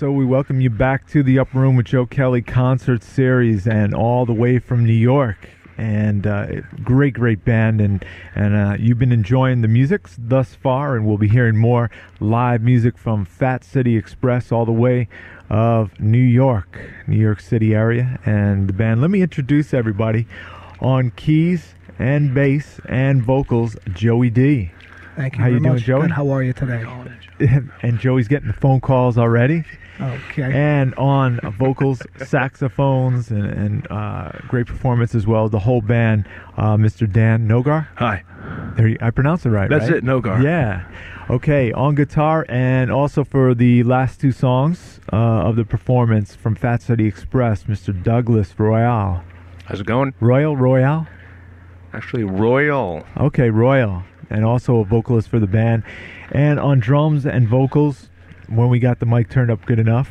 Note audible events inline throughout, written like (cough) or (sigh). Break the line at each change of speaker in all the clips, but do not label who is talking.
So we welcome you back to the Up Room with Joe Kelly concert series, and all the way from New York. And uh, great, great band, and and uh, you've been enjoying the music thus far, and we'll be hearing more live music from Fat City Express all the way of New York, New York City area, and the band. Let me introduce everybody on keys and bass and vocals, Joey D. (laughs)
Thank you.
How
very
you doing,
much.
Joey?
Good. How are you today?
and Joey's getting the phone calls already.
Okay.
And on vocals, saxophones, and, and uh, great performance as well. The whole band, uh, Mr. Dan Nogar.
Hi.
There you, I pronounced it right.
That's
right?
it, Nogar.
Yeah. Okay, on guitar, and also for the last two songs uh, of the performance from Fat City Express, Mr. Douglas Royale.
How's it going?
Royal Royale?
Actually, Royal.
Okay, Royal, and also a vocalist for the band. And on drums and vocals, when we got the mic turned up good enough,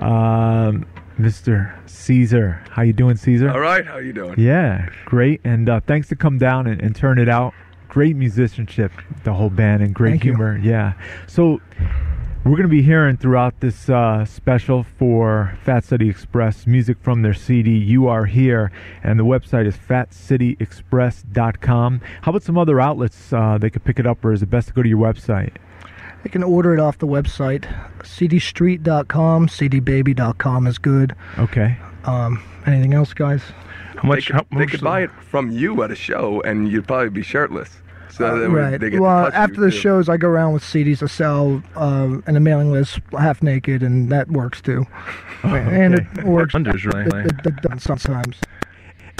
um, Mr. Caesar. How you doing, Caesar?
All right. How you doing?
Yeah, great. And uh, thanks to come down and, and turn it out. Great musicianship, the whole band, and great
Thank you.
humor. Yeah. So we're going to be hearing throughout this uh, special for Fat City Express music from their CD, You Are Here. And the website is fatcityexpress.com. How about some other outlets uh, they could pick it up, or is it best to go to your website?
You can order it off the website, cdstreet.com, cdbaby.com is good.
Okay.
Um, anything else, guys?
How much?
They,
how
could, they
much
could
the-
buy it from you at a show, and you'd probably be shirtless. So they would,
Uh, right.
They get to
well,
touch you,
after the
too.
shows, I go around with CDs to sell um, and a mailing list half naked, and that works
(laughs)
too.
Oh,
And it works.
Wonders,
It,
really.
it- it does sometimes.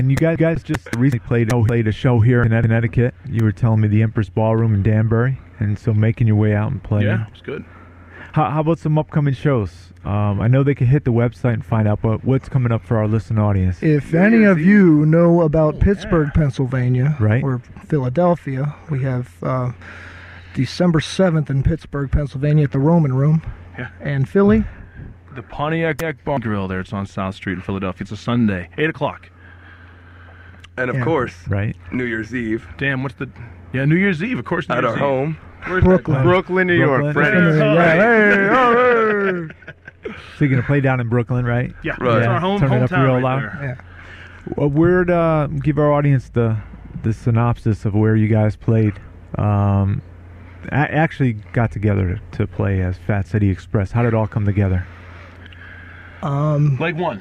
And you guys, guys just recently played, oh, played a show here in Connecticut. You were telling me the Empress Ballroom in Danbury. And so making your way out and playing.
Yeah, it's good.
How, how about some upcoming shows? Um, I know they can hit the website and find out, but what's coming up for our listening audience?
If any of you know about Pittsburgh, Pennsylvania,
Right.
or Philadelphia, we have uh, December 7th in Pittsburgh, Pennsylvania at the Roman Room.
Yeah.
And Philly,
The Pontiac Bar Grill there. It's on South Street in Philadelphia. It's a Sunday, eight o'clock.
and of
Yeah.
course,
right.
New Year's Eve
Damn, what's the? Yeah, New Year's Eve, of course. New
at
Year's
our
Eve.
home.
Where's that?
Brooklyn.
Brooklyn, New York.
Brooklyn.
Brad.
Yeah, hey, oh, hey.
So you're gonna play down in Brooklyn, right?
Yeah,
Right.
it's
Yeah,
our home
turn it
hometown
up real
right
loud.
there.
Yeah.
Well, where'd uh, give our audience the the synopsis of where you guys played? Um, a- actually got together to, to play as Fat City Express. How did it all come together?
Um,
Leg one.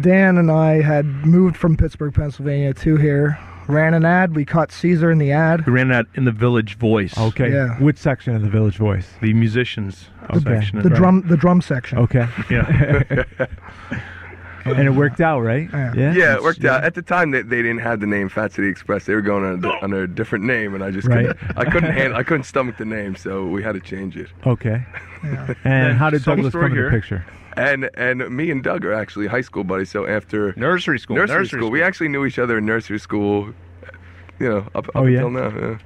Dan and I had moved from Pittsburgh, Pennsylvania to here. Ran an ad. We caught Caesar in the ad.
We ran that in the Village Voice.
Okay.
Yeah.
Which section of the Village Voice?
The musicians section.
The drum, the drum section.
Okay.
(laughs) Yeah.
and it worked out, right?
Yeah.
Yeah, it worked out. At the time, they, they didn't have the name Fat City Express. They were going under, under a different name, and I just
Right.
couldn't, I couldn't handle, I couldn't stomach the name, so we had to change it.
Okay.
Yeah.
And how did
some
Douglas
story
come into the
here.
picture?
And and me and Doug are actually high school buddies. So after
Nursery school.
nursery, school, we actually knew each other in nursery school. You know, up, up
Oh, yeah?
until now. Yeah.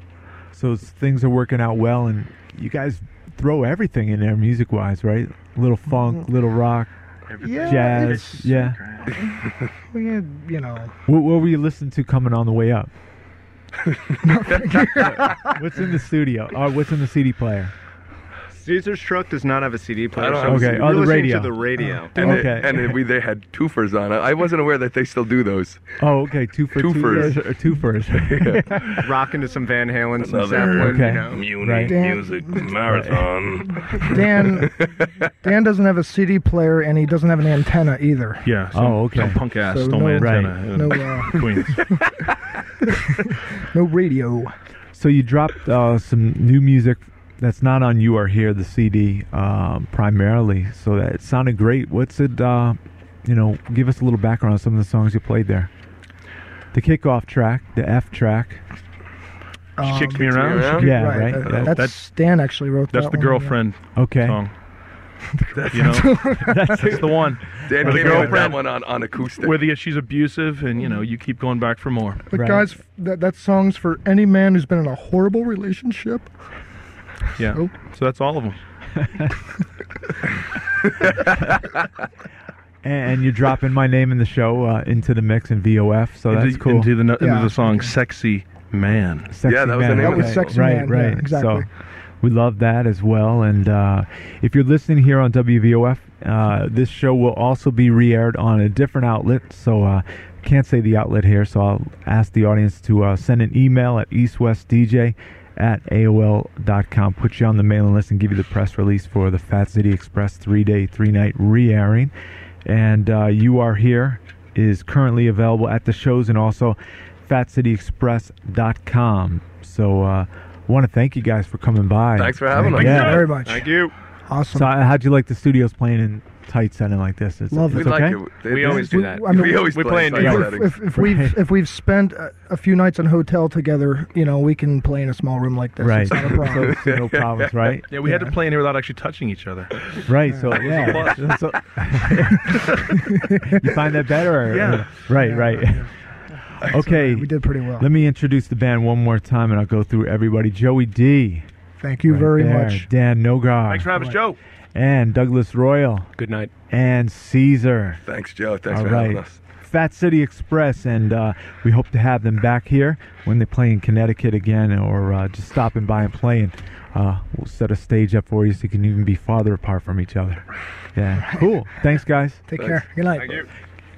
So it's- things are working out well, and you guys throw everything in there music-wise, right? Little funk, little rock,
Mm-hmm. Yeah,
jazz.
it's-
Yeah.
We had, you know,
What, what were you listening to coming on the way
(laughs)
up? what's in the studio? Or what's in the CD player?
Caesar's truck does not have a CD
I
player.
don't
so
have a
we're
CD.
Oh, the
listening
radio.
To the radio.
And, they-
Okay.
and we, they had twofers on it. I wasn't aware that they still do those.
Oh, okay. Two for two
Twofers.
or two (laughs) first.
(laughs)
Oh.
Rocking to some Van Halen, some
Another-
Zeppelin.
Okay.
You know.
Right.
Music marathon.
Dan, Dan doesn't have a CD player and he doesn't have an antenna either.
Yeah. Some,
Oh, okay.
Some punk ass
So
stole
no-
my
Right.
antenna.
No, uh,
Queens.
no radio.
so you dropped uh, some new music that's not on You Are Here, the CD, um, primarily. So that it sounded great. What's it? Uh, you know, give us a little background on some of the songs you played there. The kickoff track, the F track.
Um,
she kicked me around.
around?
She kicked-
Yeah, right.
that-
That-
that's, Dan actually wrote
That's
that
the
one, yeah.
girlfriend
Okay.
Uh, song. You know, (laughs) that's the one
Dan
With a
came out with that
girlfriend.
one on, on acoustic.
where the, she's abusive, and you know you keep going back for more.
But
Right.
guys, that, that song's for any man who's been in a horrible relationship.
Yeah.
So-
So that's all of them.
and you're dropping my name in the show uh, into the mix in VOF, so that's
into,
cool.
Into the, into
Yeah.
the song "Sexy Man."
Sexy
Yeah, that was
man.
the name
That
of
was
Okay.
sexy
right,
man.
right.
Yeah, exactly.
So we love that as well. And uh, if you're listening here on WVOF, uh, this show will also be re aired on a different outlet. So uh, can't say the outlet here. So I'll ask the audience to uh, send an email at eastwestdj at AOL.com. Put you on the mailing list and give you the press release for the Fat City Express three day, three night re airing. And uh, You Are Here is currently available at the shows and also fatcityexpress.com. So uh, want to thank you guys for coming by.
Thanks for having us.
Thank you
Yeah.
very much.
Thank you.
Awesome.
So uh, how'd you like the studios playing in tight setting like this? It's,
Love
it's
We
it.
like
okay?
it. They-
We
they-
always do that.
I mean,
we always
we
play in
play in
tight
New
if,
settings.
if, if we've if we've spent a, a few nights in a hotel together, you know, we can play in a small room like this.
Right.
It's not
(laughs)
a problem.
So no problems, right?
Yeah, we had to play in here without actually touching each other.
Right. So yeah. So- (laughs) you find that better? Or,
Yeah.
Right. Right. (laughs) Okay.
we did pretty well.
Let me introduce the band one more time, and I'll go through everybody. Joey D.
Thank you
right
very
there,
much.
Dan Nogar.
Thanks for having us, Joe.
And Douglas Royal
Good night.
and Caesar.
Thanks, Joe. Thanks
All
for having
right.
us.
Fat City Express, and uh, we hope to have them back here when they play in Connecticut again, or uh, just stopping by and playing. Uh, we'll set a stage up for you so you can even be farther apart from each other. Yeah, cool. Thanks, guys.
Take care. Good night.
Thank you.